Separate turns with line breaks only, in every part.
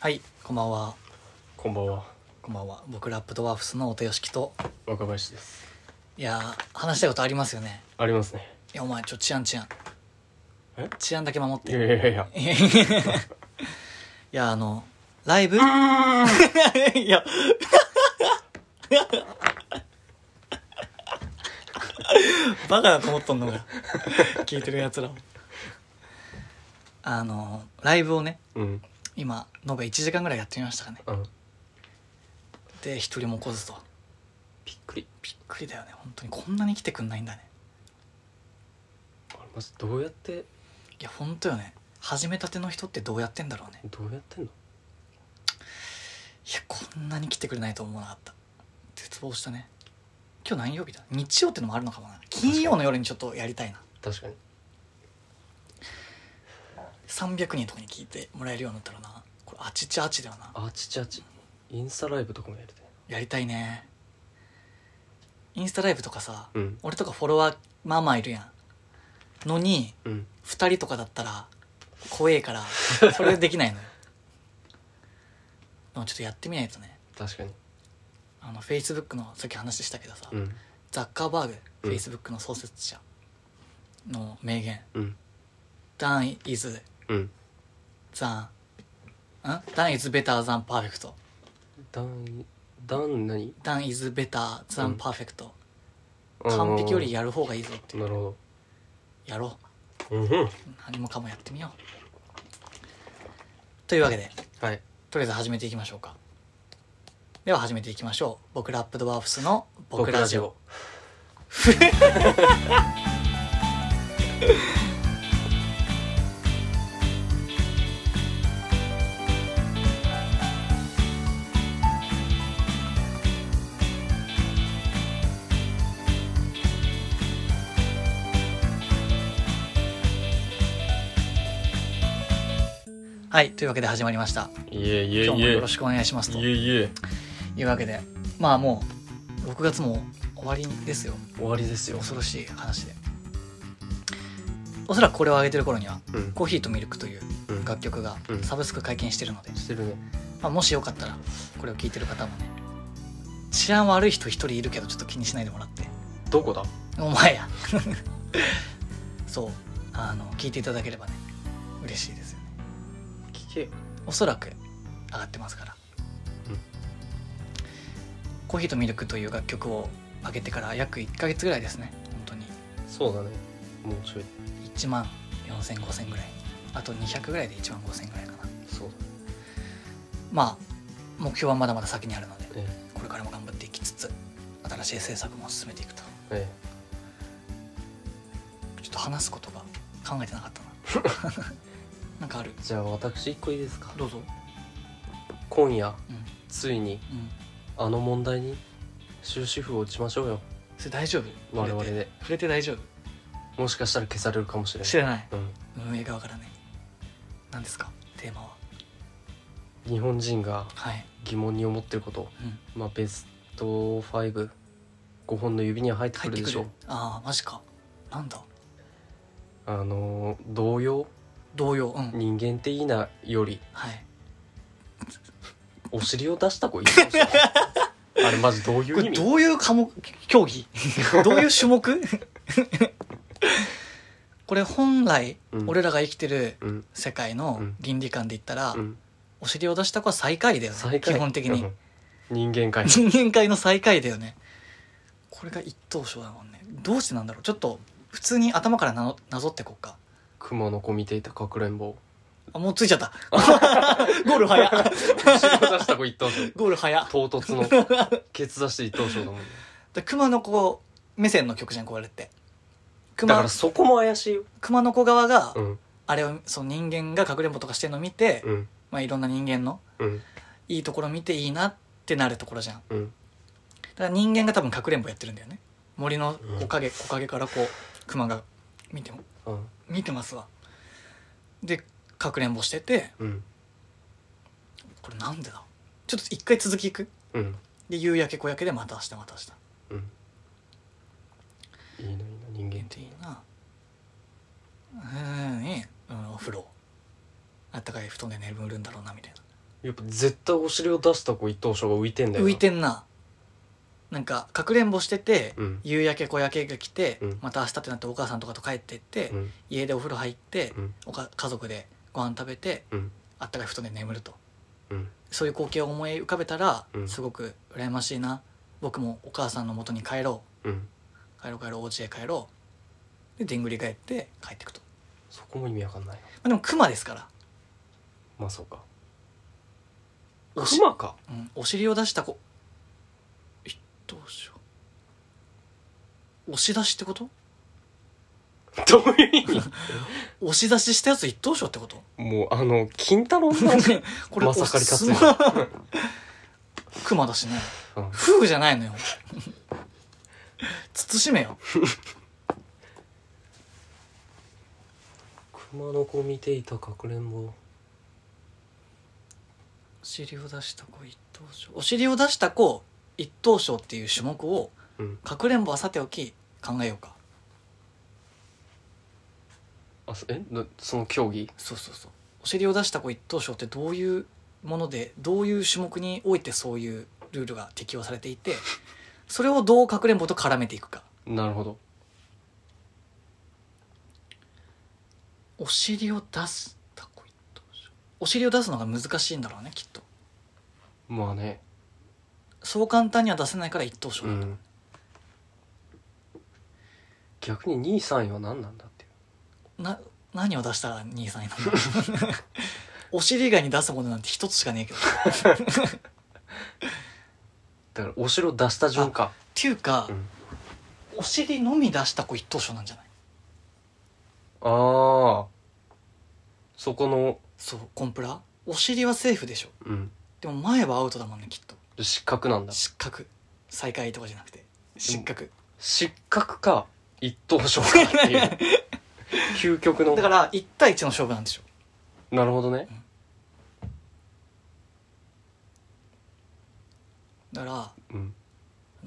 はい、こんばんは。
こんばんは
こんばんは。僕ラップドワーフスの音よしきと。
若林です
いやー、話したいことありますよね。
ありますね
いや、お前、ちょ、治安治安。
え
治安だけ守っ
い
て。
やいやいやいや
いや、あの、ライブ いや、バカがこもっとんのが、聞いてる奴らも。あの、ライブをね、
うん
今、延べ1時間ぐらいやってみましたかね。
あの
で、一人も来ずと。
びっくり
びっくりだよね本当にこんなに来てくんないんだね
あれマジどうやって
いや本当よね始めたての人ってどうやってんだろうね
どうやってん
い
の
やこんなに来てくれないと思わなかった絶望したね今日何曜日だ日曜ってのもあるのかもな金曜の夜にちょっとやりたいな
確かに
300人とかに聞いてもらえるようになったらなこれあちちあちだよな
あちちあちインスタライブとかもやりたい
やりたいねインスタライブとかさ、
うん
俺とかフォロワーまあまあいるやんのに
うん
2人とかだったら怖えから それできないのよでもちょっとやってみないとね
確かに
あの Facebook のさっき話したけどさ、
うん
ザッカーバーグ
うん
Facebook の創設者の名言
うん
「Done is
うん
than ん Done is better than perfect
だんだん何
Done is better
う
than
ん
perfect、
あー
完璧よりやる方がいいぞって
なるほ
やろ
どうんうん
う何もかもやってみようというわけで
はい
とりあえず始めていきましょうかでは始めていきましょう僕ラップドワーフスの「僕ラジオ」はいというわけで始まりました
いえいえいえ
今日もよろし
く
くお願いしますと
いえいえ
いうわけでまあもう6月も終わりですよ
終わりですよ
恐ろしい話でおそらくこれを上げてる頃には
うん
「コーヒーとミルク」という
うん
楽曲が
うん
サブスク解禁してるので、
してるね
まあ、もしよかったらこれを聞いてる方もね治安悪い人一人いるけどちょっと気にしないでもらって
どこだ
お前やそうあの聞いていただければね嬉しいですよね
聞けよ
おそらく上がってますから
うん
「コーヒーとミルク」という楽曲を上げてから約1ヶ月ぐらいですね本当に
そうだねもうちょい
1万40005000ぐらいあと200ぐらいで1万5000ぐらいかな
そう
まあ目標はまだまだ先にあるので
だね
これからも頑張っていきつつ新しい制作も進めていくと
ええ
ちょっと話すことが考えてなかったな なんかある
えじゃあ私一個いいですか
どうぞ
今夜
うん
ついに
うん
あの問題に終止符を打ちましょうよ
それ大丈夫
我々
触れて
で
触れて大丈
もしかしたら消されるかもしれ
夫
ない
知らない
うん、
運営側からね何ですかテーマは
日本人が
はい、
疑問に思ってること、
うん、
まあ、ベスト55本の指には入ってく
入っ
る
て
で
く
しょ
るああマジかなんだ
あのー同様
同様うん
人間っていいなより
はい
お尻を出した子いいかもしれ ないあれマジどうい
こ
う意
れ
味
どういう科目競 技どういう種目 これ本来、
うん
俺らが生きてる
うん
世界の
うん
倫理観で言ったら、
うん
お尻を出した子は最下位だよね
最下位
基本的に、
うん人間界
人間界の最下位だよねこれが一等賞だもんねどうしてなんだろうちょっと普通に頭からなのなぞってこっか
熊の子見ていたかくれんぼ
あもうついちゃった ゴール早っ
お尻を出した子一等賞
ゴール早っ
唐突のケツ出して一等賞だもんね
で熊の子目線の曲じゃんこれって
だか
熊
らそこも怪しいよ
熊の子側が、
うん
あれをその人間がかくれんぼとかしてるのを見て、
うん
まあ、いろんな人間の
うん
いいところ見ていいなってなるところじゃんだ
うん
から人間が多分かくれんぼやってるんだよね森の
うん
木陰、木陰からこう熊が見ても
うん
見てますわでかくれんぼしてて
うん
これなんでだちょっと一回続きいく
うん
で夕焼け小焼けでまた明日また明日
うんいいないいな人間
人間
っ
ってていいなうんいいうんお風呂あったかい布団で眠るんだろうなみたいな
やっぱ絶対お尻を出した子一等賞が浮いてんだよな
浮いてんななんかかくれんぼしてて、
うん
夕焼け小焼けが来て、
うん
また明日ってなってお母さんとかと帰ってって、
うん
家でお風呂入って、
うん
おか家族でご飯食べて
うん
あったかい布団で眠ると
うん
そういう光景を思い浮かべたら、
うん
すごく羨ましいな僕もお母さんの元に帰ろ
うん
う帰ろう帰ろうお家へ帰ろうででんぐり返って帰っていくと、
そこも意味わかんないな
まあ、でも熊ですから
まあそうか
おし
熊か
うん、お尻を出した子一等賞押し出しってこと
どういう意味
押し出ししたやつ一等賞って こと
もうあの金太郎の
これ
まさかり
おす
勝つよ
熊だしね
うん
夫婦じゃないのよ 慎めよ
熊の子見ていたかくれんぼ
お尻を出した子一等賞お尻を出した子一等賞っていう種目を
うん
かくれんぼはさておき考えようか
あそえなその競技
そうそうそうお尻を出した子一等賞ってどういうものでどういう種目においてそういうルールが適用されていてそれをどうかくれんぼと絡めていくか
なるほど
お尻を出した子一等賞お尻を出すのが難しいんだろうねきっと
まあね
そう簡単には出せないから一等賞
う
だと、
ん逆に2位3位は何なんだっていう
な何を出したら兄さんになるの お尻以外に出すものなんて一つしかねえけどっ
だからお城出した順か
ていうか、
うん
お尻のみ出した子一等賞なんじゃない
ああそこの
そうコンプラお尻はセーフでしょ
うん
でも前はアウトだもんねきっと
失格なんだ
失格最下位とかじゃなくて失格
失格か一等賞かっていう 究極の
だから1対1の勝負なんでしょ
なるほどね
だから
うん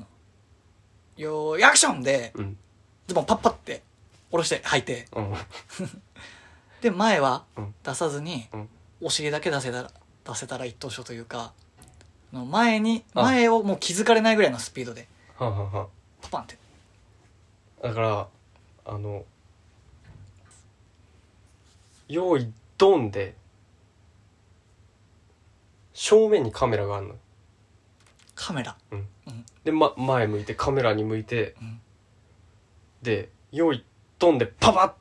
「よーいアクション!」で
うん
ズボンパッパって下ろして履いて
うん
で前は
うん
出さずに、
うん
お尻だけ出せたら出せたら一等賞というかあの前に
あ
前をもう気づかれないぐらいのスピードで
はんはんはん
パパンって
だからあの用意ドンで正面にカメラがあるの
カメラ
で、ま、前向いてカメラに向いて、
うん
で用意ドンでパパ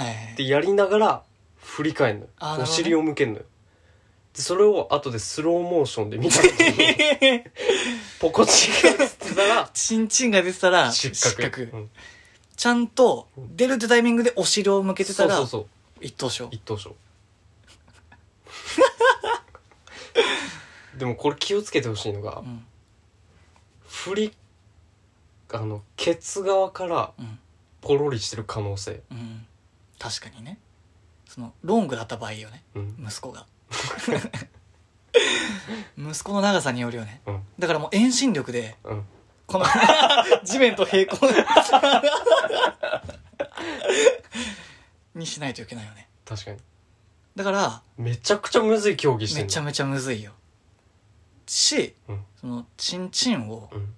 え
っ
え
てやりながら振り返るのよ
あーなるほ
お
どね
尻を向けるのよでそれを後でスローモーションで見た時 にポコチが映ってたら
チンチンが出てたら
失格うん
ちゃんと出るってタイミングでお尻を向けてた
そ
ら
うそうそう
一等賞
一 等賞でもこれ気をつけてほしいのが
うん
振りあのケツ側から
うん
ポロリしてる可能性
うん確かにねそのロングだった場合よね
うん
息 子が息子の長さによるよね
うん
だからもう遠心力で
うん
この地面と平行でにしないといけないよね
確かに
だから
めちゃくちゃむずい競技して
め
る
ちゃめちゃむずいよし、
うん
そのチンチンを
うん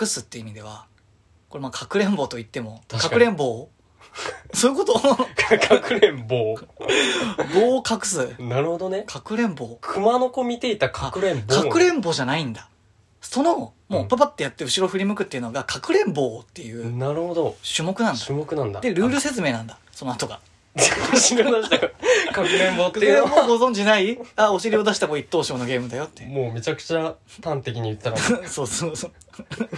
隠すって意味ではこれまあかくれんぼと言っても
確か
か
に
くれんぼを そういうこと
かくれんぼ
棒を隠す
なるほどね
かくれんぼ
熊の子見ていたかくれんぼ
かくれんぼじゃないんだそのも
う
うんパパってやって後ろ振り向くっていうのがかくれんぼっていう
なるほど
種目なんだ
種目なんだ
でルール説明なんだその後が
あ知らなかったかくれんぼっ
か
て
く
いう
れん
の
ぼ
は
ご存知ないあお尻を出した子一等賞のゲームだよって
もうめちゃくちゃ端的に言ったら
そうそうそう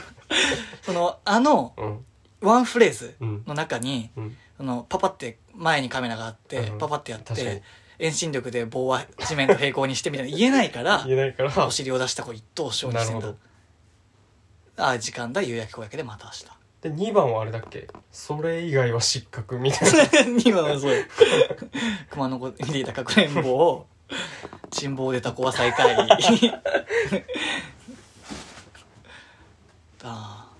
そのあの
うん
ワンフレーズ
うん
の中に
うん
そのパパって前にカメラがあって
うん
パパってやっ
確か
て
に
遠心力で棒は地面と平行にしてみたいな 言えないから
言えないから
お尻を出した子一等賞にしてん
な
だ
るほ
あ時間だ夕焼け小焼けでまた 明日
で2番はあれだっけそれ以外は失格みたいな
2番はそうよ 熊の子に出たかくれんぼを珍望出た子は最下位だ あ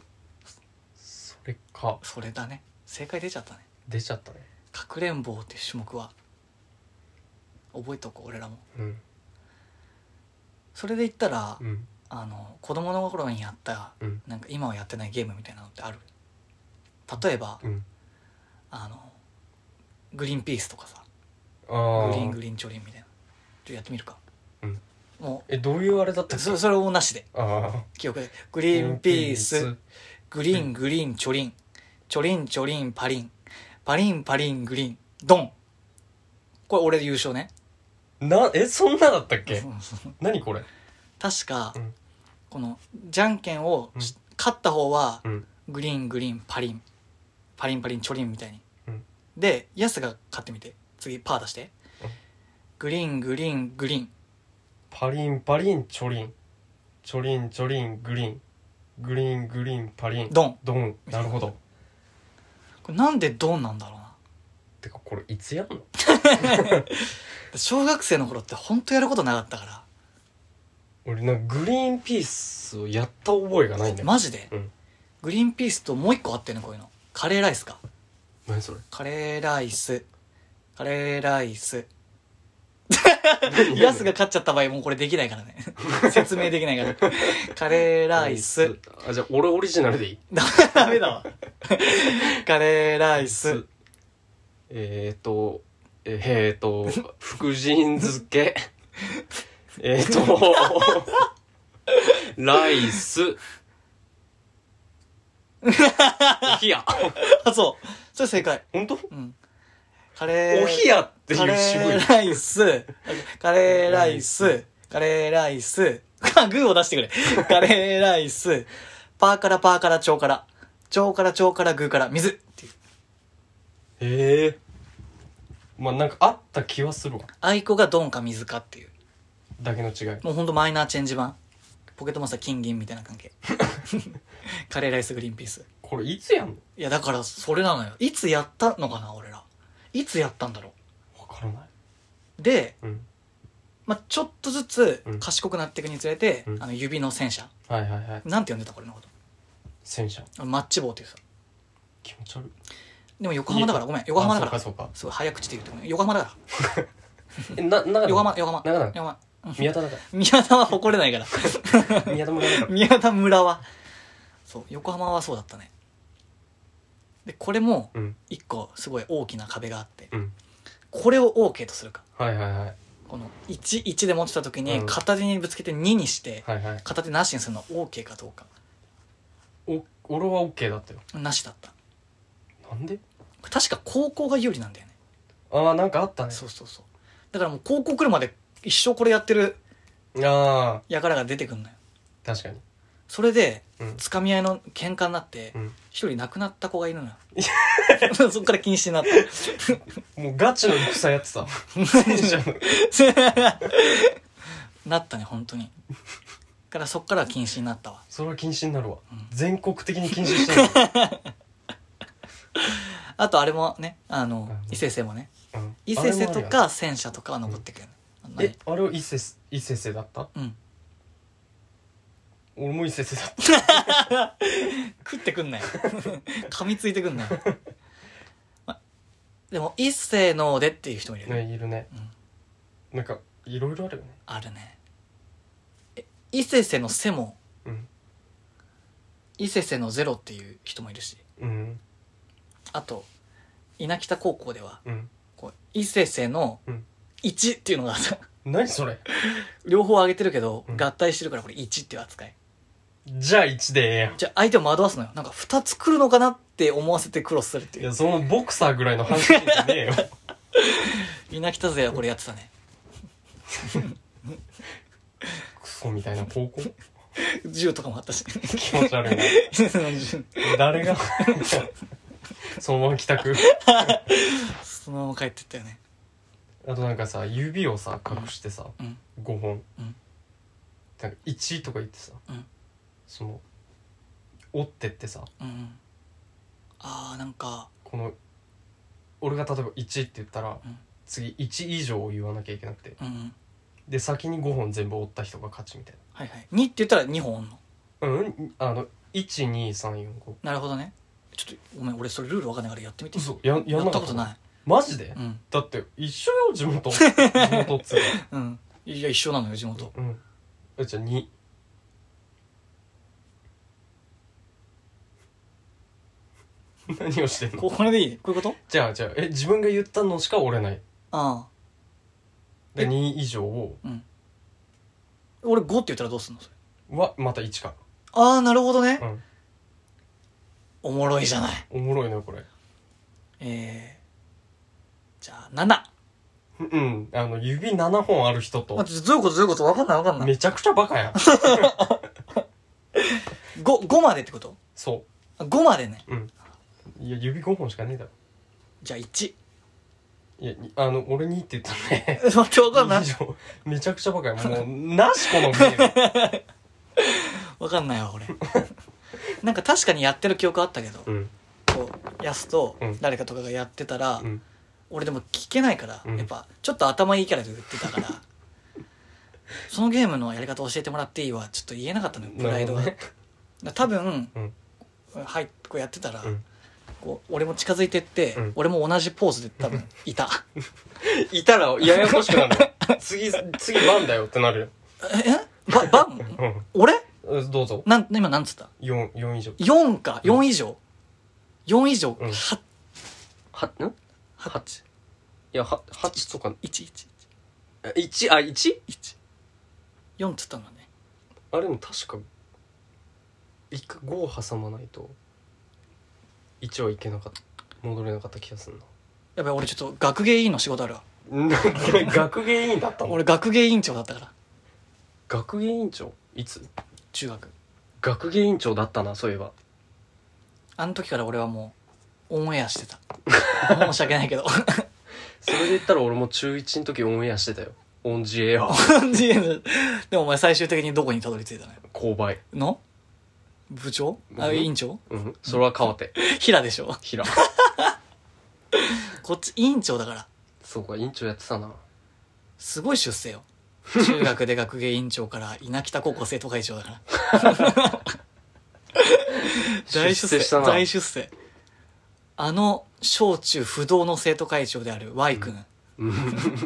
それか
それだね正解出ちゃったね
出ちゃったね
かくれんぼっていう種目は覚えとこう俺らも
うん
それで言ったら、
うん
あの子供の頃にやった
うん
なんか今はやってないゲームみたいなのってある例えば、
うん
あのグリーンピースとかさ
あ
グ
ー
リーングリーンチョリンみたいなちょっとやってみるか、
うん
も
えどういうあれだった
う
っけ
そそれをなしで
ああ
記憶でグリーンピース
グ
グリーングリーンチョリンチョリンチョリンパリンパリンパリングリーンドンこれ俺で優勝ね
リーンなえそんなだったっけ
うん
何これ
確か、
うん
このじゃんけんをし、
う
勝った方は
うん
グリーングリーンパリンパリンパリンチョリンみたいに、
うん
でヤスが勝ってみて次パー出して、
うん
グリーングリーングリーン
パリンパリンチョリンチョリンチョリングリーングリーングリーンパリン
ドン
ドンなるほど
これなんでドンなんだろうな
てかこれいつやんの
小学生の頃って本当やることなかったか
俺なんかグリーンピースをやった覚えがないんだ
ら
よ、
マジで、
うん
グリーンピースともう一個あってねこういうのカレーライスか
何それ
カレーライスカレーライ ス
何
ヤスが勝っちゃった場合もうこれできない からね説明できないからカレーライス
あじゃあ俺オリジナルでいい
ダメだわカレーライス
えーとえーえーと福神漬 けえーとライスおひや
あそうそれ正解
本当
うんカレー
おひやって
カ
いう
レ
渋い
ーライスカレーライスカレーライスあグーを出してくれカレーライスパーからパーから蝶から蝶から蝶からグーから水っていう
へえまあなんかあった気はするわ
あいこがドンか水かっていう
だけの違い
もうほんとマイナーチェンジ版ポケットモンスター金銀みたいな関 係カレーライスグリーンピース
これいつやんの
いやだからそれなのよいつやったのかな俺らいつやったんだろ
わからないう
で、
うん
まあ、ちょっとずつ
うん
賢くなっていくにつれて、
うん
あの指の戦車
はいはいはい
なんて呼んでたこれのこ
戦車
とマッチ棒っていうさ
気持ち悪い
でも横浜だからごめん横浜だか
あ
ら
そうか
すごい早口で言ってごめん横浜だか
そうかえな長
ら
野
横浜横浜
長野
横浜
宮田だか
宮田は誇れないから
ら宮田も長野だか
宮田村はそう横浜はそうだったねでこれも
らうん
一個すごい大きな壁があって
うん
これを OK とするか
はいはいはい
この11で持ってた時
う
に
ん
片手にぶつけて2にして
はいはい
片手なしにするのは OK かどうか
お俺は OK だったよ
なしだった
なんで
確か高校が有利なんだよね
ああなんかあったね
そうそうそうだからもう高校来るまで一生これやってる
ああ
輩が出てくんのよ
確かに
それで
うん
つかみ合いの喧嘩になって
うん
一人亡くなった子がいるの よそっから禁止になった
もうガチの戦やって た戦車の
なったね本当にだからそっからは禁止になったわ
それは禁止になるわ、
ん
全国的に禁止 して
あとあれもねあの
うん
伊勢星もね
る、うん、
伊勢星と
あれもあ
か戦車とかは残ってくるよねあの
るよ
ね
えあれは伊勢す伊勢瀬だった
うん
俺も伊勢瀬だった
食ってくんなよ噛みついてくんなよ、までも一世のでっていう人もいるよね、
ねいるね、なんかいろいろあるよね
あるねえ伊勢世の背も
うん
伊勢世のゼロっていう人もいるし
うん
あと稲北高校では
うん
こう伊勢世の
うん
1っていうのがさ
何それ
両方上げてるけど、
うん
合体してるからこれ1っていう扱い
じゃあ1でええやん
じゃあ相手を惑わすのよなんか2つ来るのかなって思わせてクロスするって
い
いう
やそのボクサーぐらいの話じゃねえ よ
稲北勢はこれやってたね
クソみたいな高校
銃とかもあったし
気持ち悪いな誰が そのまま帰宅
そのまま帰ってったよね
あとなんかさ指をさ隠してさ、
うん
5本、
うん
なんか1とか言ってさ、
うん
その折ってってさ
うんうんああなんか
この俺が例えば1って言ったら、
うん
次1以上を言わなきゃいけなくて
うんうん
で先に5本全部折った人が勝ちみたい
はいはい2って言ったら2本おんの
なうんあの12345
なるほどねちょっとごめん俺それルールわかんないからやってみて
嘘ややんな
や
か
ったことない
マジで、
うん
だって一緒よ地元地元っつうか
うんいや一緒なのよ地元
うんあじゃあ2何をしてんの
ここれでいいこういうこと
じゃあじゃあえ自分が言ったのしか折れない
ああ
で2以上を
俺5って言ったらどうすんのそれ
はまた1か
ああなるほどね、
うん
おもろいじゃない
おもろいなこれ
えー、じゃあ7
うんあの指7本ある人と
待ってどういうことどういうことわかんないわかんない
めちゃくちゃバカやん
5, 5までってこと
そ
あ5までね
ううんいや指5本しかねえだろ
じゃあ1
いやにあの俺2って言ったん で
待ってわかんない
以上めちゃくちゃバカやんもうなしこのゲ ーム
わかんないわ俺なんか確かにやってる記憶あったけど
うん
こうやすと
うん
誰かとかがやってたら、
うん
俺でも聞けないから、
うん
やっぱちょっと頭いいキャラで言ってたから そのゲームのやり方教えてもらっていいわちょっと言えなかったのよプライドが、
なる
だから多分、
うん
はいこうやってたら、
うん
こう俺も近づいてって、
うん
俺も同じポーズで多 分いた
いたらややこしくなる よ次次番だよってなるよ
えばバン
うん
俺
うんどうぞ
なん今なんつった
4四以上
4か4以上、4以上、
うん
八
はんい
八
やは8とか
一一
1あ 1?
一4つったのね
あれも確か一回5を挟まないと1はいけなかった戻れなかった気がする
やべ俺ちょっと学芸委員の仕事あるわ
な 学芸委員だったの
俺学芸委員長だったから
学芸委員長いつ
中学
学芸委員長だったなそういえば
あの時から俺はもうオンエア してた申し訳ないけど
それで言ったら俺も中1の時オンエアしてたよオンジエア
DM でもお前最終的にどこにたどり着いたのよ
購買
の部長あ
うん
委員長
うんそれは川 手
平でしょ
平
こっち委員長だから
そうか委員長やってたな
すごい出世よ中学で学芸委員長から稲北高校生徒会長だから大出世
出世したな
大出世あの小中不動の生徒会長である Y 君
うん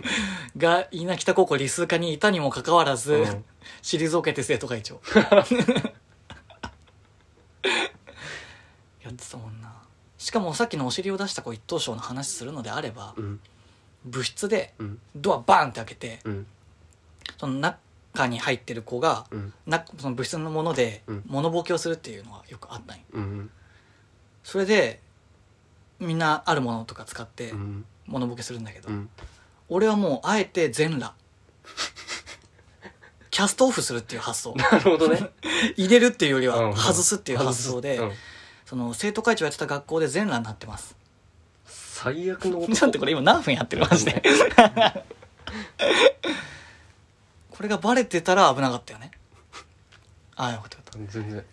が稲北高校理数科にいたにもかかわらず、
うん
退けて生徒会 長やってたもんなしかもさっきのお尻を出した子一等賞の話するのであれば
うん
部室で
うん
ドアバーンって開けて
うん
その中に入ってる子が
うん
なその部室のもので
うん
物ボケをするっていうのはよくあったんよ
うん
それでみんなあるものとか使って
うん
物ボケするんだけど、
うん
俺はもうあえて全 裸キャストオフするっていう発想
なるほどね
入れるっていうより
う
は
ん
外すっていう発想で、
うん
その生徒会長やってた学校で全裸になってます
最悪の男
ちょっとこれ今何分やってるマジ でこれがバレてたら危なかったよねああよかったよかった
全然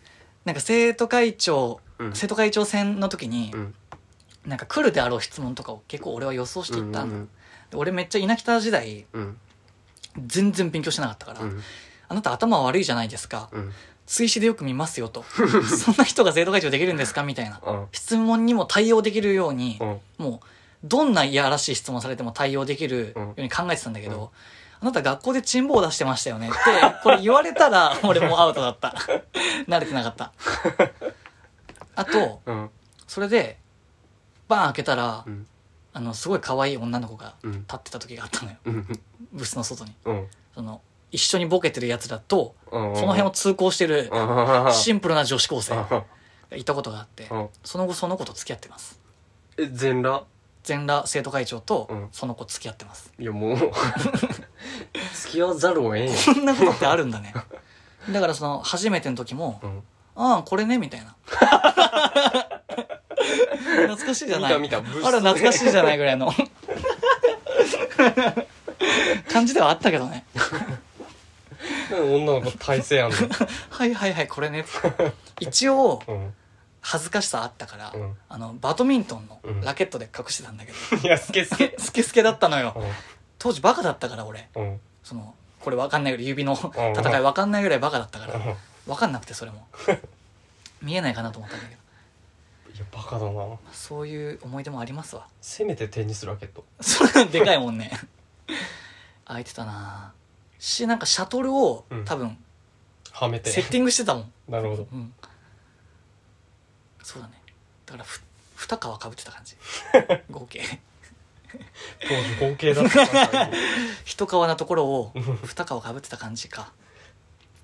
なんか生徒会長、
うん
生徒会長選の時に、
うん
なんか来るであろう質問とかを結構俺は予想していったんだ、
うん
で俺めっちゃ稲北時代
うん
全然勉強してなかったから、
うん
あなた頭悪いじゃないですか、
うん
追試でよく見ますよ とそんな人が生徒会長できるんですかみたいな
うん
質問にも対応できるように、
うん
もうどんないやらしい質問されても対応できるように考えてたんだけど、
うん
あなた学校でチンボを出してましたよね ってこれ言われたら俺もうアウトだった慣れてなかったあと
うん
それでバーン開けたら、
うん
あのすごい可愛い女の子が
うん
立ってた時があったのよ
うん
ブスの外に
うん
その一緒にボケてるやつらと
うん
その辺を通行してる
ああ
シンプルな女子高生が
あ
いたことがあって
あ
その後その子と付き合ってます
え全裸
全裸生徒会長と
うん
その子付き合ってます
いやもう付き合わざるをえんよ
こんなことってあるんだね。だからその、初めての時も
う、ん
ああ、これね、みたいな。懐かしいじゃない。
見た見たブース
あら、懐かしいじゃないぐらいの。感じではあったけどね。
女の子体勢あんの
はいはいはい、これ ね。一応、
うん
恥ずかしさあったから、
うん
あの、バドミントンの
うん
ラケットで隠してたんだけど、
いやすけすけ
スケスケだったのよ。
う
当時バカだったから、俺。
んうん
その、これわかんないぐらい、指の戦いわかんないぐらいバカだったから。
い
わかんなくてそれも見えないかなと思ったんだけど
やバカだな
そういう思い出もありますわ
せめて手にするラケット
それでかいもんね空いてたなしなんかシャトルを
うん
多分
はめて
セッティングしてたもん、
なるほど
うん、そうだねだからふ2皮かぶってた感じ合計
当時合計だったな
一皮なところを2皮かぶってた感じか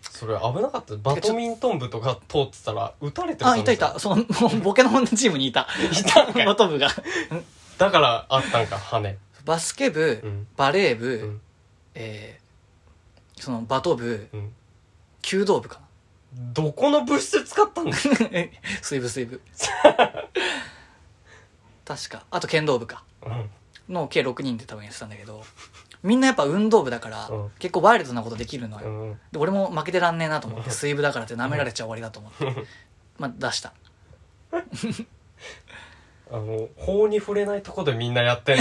それ危なかったバドミントン部とか通ってたら撃たれてる可能
あ
性
いたいたその もうボケの女チームにいた
いたんかい
バト部が
だからあったんか羽
バスケ部、
うん
バレー部、
うん
えーそのバト部
うん
弓道部かな
どこの物質使ったんだ
水部水 部確かあと剣道部か
うん
の計6人で多分やってたんだけどみんなやっぱ運動部だから、
うん
結構ワイルドなことできるのよ、
うん
で俺も負けてらんねえなと思って水部だからって舐められちゃ終わりだと思って、まあ出した
あの法に触れないとこでみんなやってん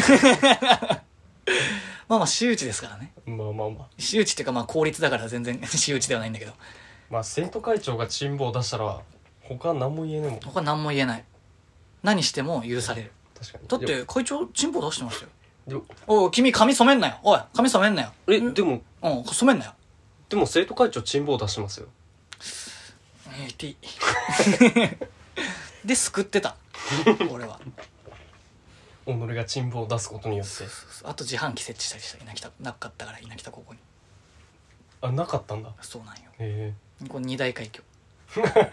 まあまあ私有地ですからね
の まあまあまあ
私有地っていうかまあ公立だから全然 私有地ではないんだけど
まあ生徒会長が珍望出したら他何も言えねえもん
他何も言えない何しても許される
確かに
だって会長チンポ出してましたよ
で
おい君髪染めんなよおい髪染めんなよ
えでも
うん染めんなよ
でも生徒会長珍望出しますよ
えー、T で救ってた俺は
己が珍望を出すことによって
あと自販機設置したりしたいなきたなかったから稲北高校に
あなかったんだ
そうなんよ
へ
これ二大快挙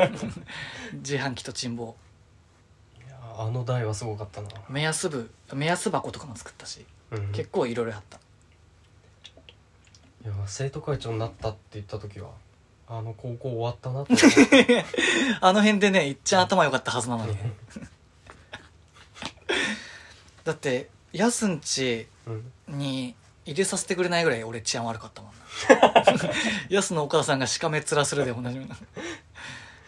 自販機と珍宝
えいやあの台はすごかったな
目安部目安箱とかも作ったし
うん
結構いろいろあった
いや生徒会長になったって言った時はあの高校終わったなって思 って
あの辺でねいっちゃん頭良かったはずなのに だってやすんち
うん
に入れさせてくれないぐらい俺治安悪かったもんな やすのお母さんがしかめっ面するでおなじみな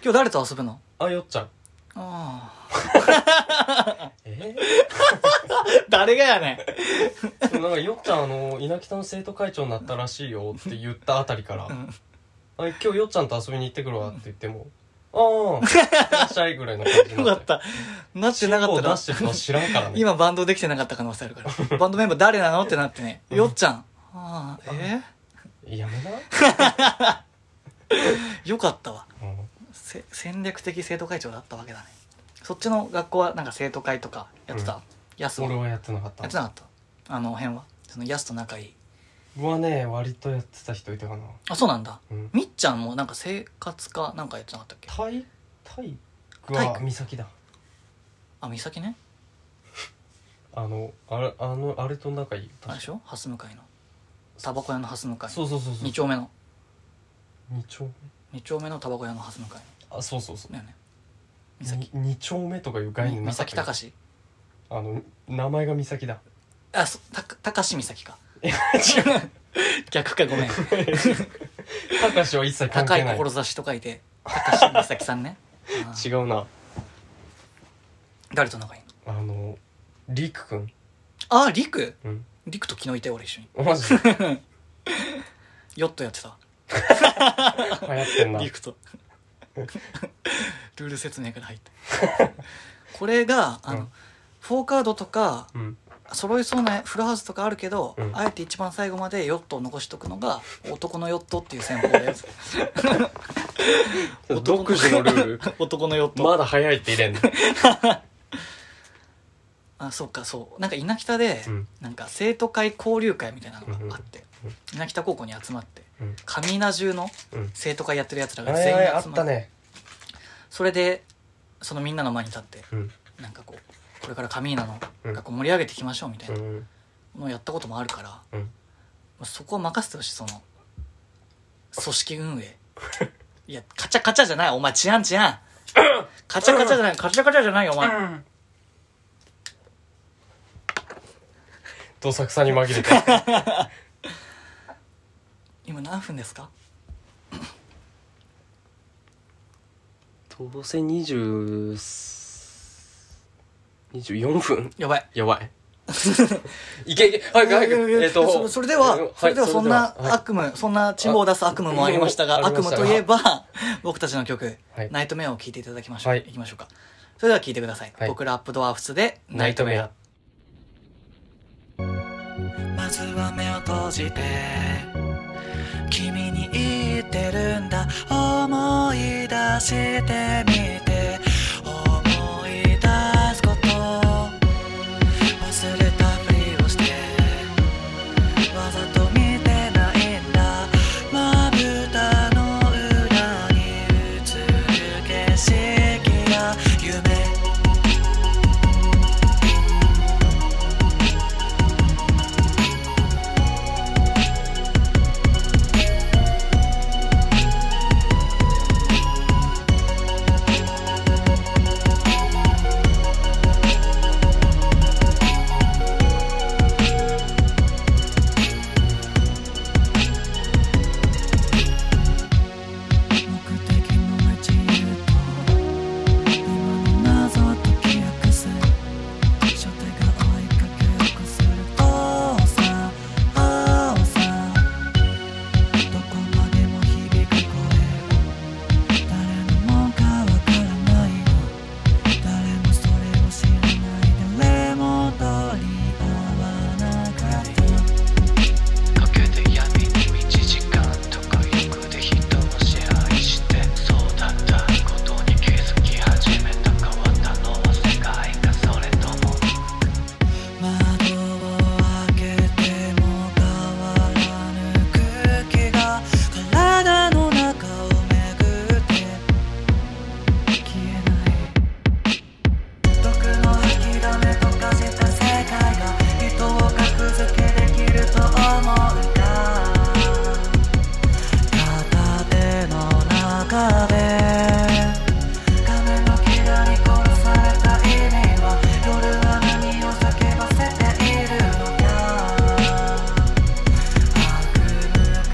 今日誰と遊ぶの
あよっちゃん
ああ
え
誰がやねん
ー、でもなんかよっちゃんあの稲北の生徒会長になったらしいよって言ったあたりから「
うん
あ今日よっちゃんと遊びに行ってくるわ」って言っても「ああいらっしゃい」ぐらいの感じに
よか
なっ
ってたなってなかった
を
ら
出してるのは知らんからね
今バンドできてなかった可能性あるからバンドメンバー誰なのってなってねよっちゃんああえ
やめな、
よかったわ
うん
せ戦略的生徒会長だったわけだねそっちの学校はなんか生徒会とかやってた、
うん
やすは
俺
や
はやってなかった
ってなかったあの辺はそのやすと仲いい
僕はね割とやってた人いたかな、
あそうなんだ
うん、
みっちゃんもなんか生活科なんかやってなかったっけ
体体育
体
は
育
美咲だ
あ美咲ね
あのあれあのあれと仲いい
あれで
確か
しょハス向かいのタバコ屋のハス向かい
そうそうそうそう
2丁目の
二丁目
2丁目のタバコ屋のハス向かい
あそうそうそう
だよね美咲
に二丁目とかいう概念
美咲
隆
隆
あの名前が美咲だ
あそたか隆美咲か
いや違う
逆かごめん
隆は一切関
高
係
い
ない
志と書いて高橋美咲さん ねあー
違うな
誰と仲いいの
あのりくくん
ああ陸
うん
陸と昨日いたよ俺一緒に
マジで流
ヨットやってた
行ってんな
陸 とルール説明から入ってこれがあの、
うん
フォーカードとか
うん
揃いそうなフルハウスとかあるけど、
うん
あえて一番最後までヨットを残しとくのが男のヨットっていう戦法です男
独自のルール
男のヨット、
まだ早いって入れんの
あそうかそうなんか稲北で、
うん
なんか生徒会交流会みたいなのがあって、
うんうん
稲北高校に集まって
うん
上名中の
うん
生徒会やってるやつら
あ
が
れ
全員集
あ
まっ、
ってたね
それでそのみんなの前に立って
うん
なんかこうこれから上名の
うん
学校盛り上げていきましょうみたいうなんのをやったこともあるから、ま
うん
あそこは任せてほしいその組織運営いやカチャカチャじゃないお前治安治安カチャカチャじゃないカチャカチャじゃないよお前
どさくさに紛れて
今何分ですか
どうせ20 24分
やばい
やばいいけいけ早く早くえっ
そ
と
それでは、
うんい
それではそんな
は
悪夢、そんなチンボを出す悪夢もありましたが、
ああ
悪
り
夢
ました
といえば、僕たちの曲、
はい
ナイトメアを聴いていただきましょう。
はい
い、きましょうか。それでは聴いてください。
はい
僕らアップドアフスで、
いナイトメア。
まずは目を閉じて、
思い出してみて思い出すこと忘れたふりをしてわざと見てないんだまぶたの裏に映る景色や夢目的の街へと今の謎解き明かす初手が追いかけっこする青さ青さどこまでも響く声誰のもかわからない誰もそれを知らない誰も取り合わなかったかけて闇に満ち時間とか欲で人を支配してそうだったことに気づき始めた変わったのは世界かそれとも窓を開けても変わらぬ空気が体の中を巡って消えない毒の吐きだめと化した世界が人を格付けできると思うか片手の中で亀のキラに殺された意味は夜は何を叫ばせているのか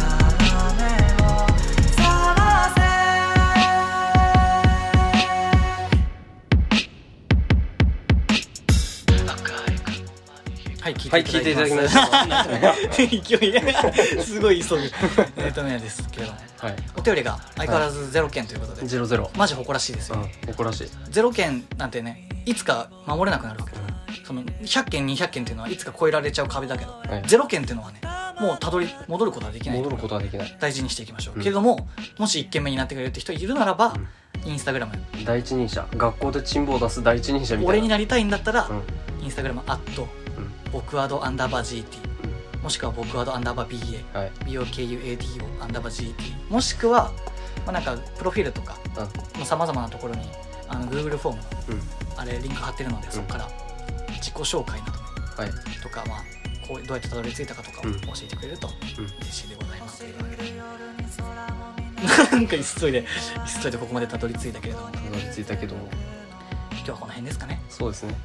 悪夢から目を覚ませ
はい、聞
はい聞いていただきました
た。 勢いね、すごい急ぐ。えっとね、ですけどね。
はい
お便りが相変わらずゼロ件ということで、
ゼロゼロ
マジ誇らしいです
う
よ。
ん誇らしい
ゼロ件なんてね、いつか守れなくなるわけだから。その100件、200件っていうのはいつか超えられちゃう壁だけど、
い
ゼロ件っていうのはね、もうたどり戻ることはできない
戻。ることはできない
大事にしていきましょう。
うん
けれども、もし1件目になってくれるって人いるならば、インスタグラム、
第一人者学校で珍宝出す第一人者みたいな
俺になりたいんだったら、
う
インスタグラム、アット、
ん
僕アドアンダーバー GT、もしくは僕アドアンダーバー BA。
うんはい
BOKUADO アンダーバー GT もしくは、まあ、なんかプロフィールとかさまざまなところにあの Google フォームの
うんうん
あれリンク貼ってるので、そこから自己紹介など
はい
とか、まあ、こうどうやってたどり着いたかとかを
うん
教えてくれると
うん
嬉しいでございます、
は
なんか急いで急いでここまでたどり着いたけれども
たどり着いたけども
今日はこの辺ですかね
そうですね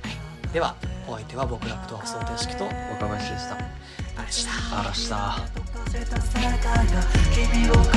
ではお相手は僕ラップと想定式と
若林でした
あれでした
嵐だ
君を変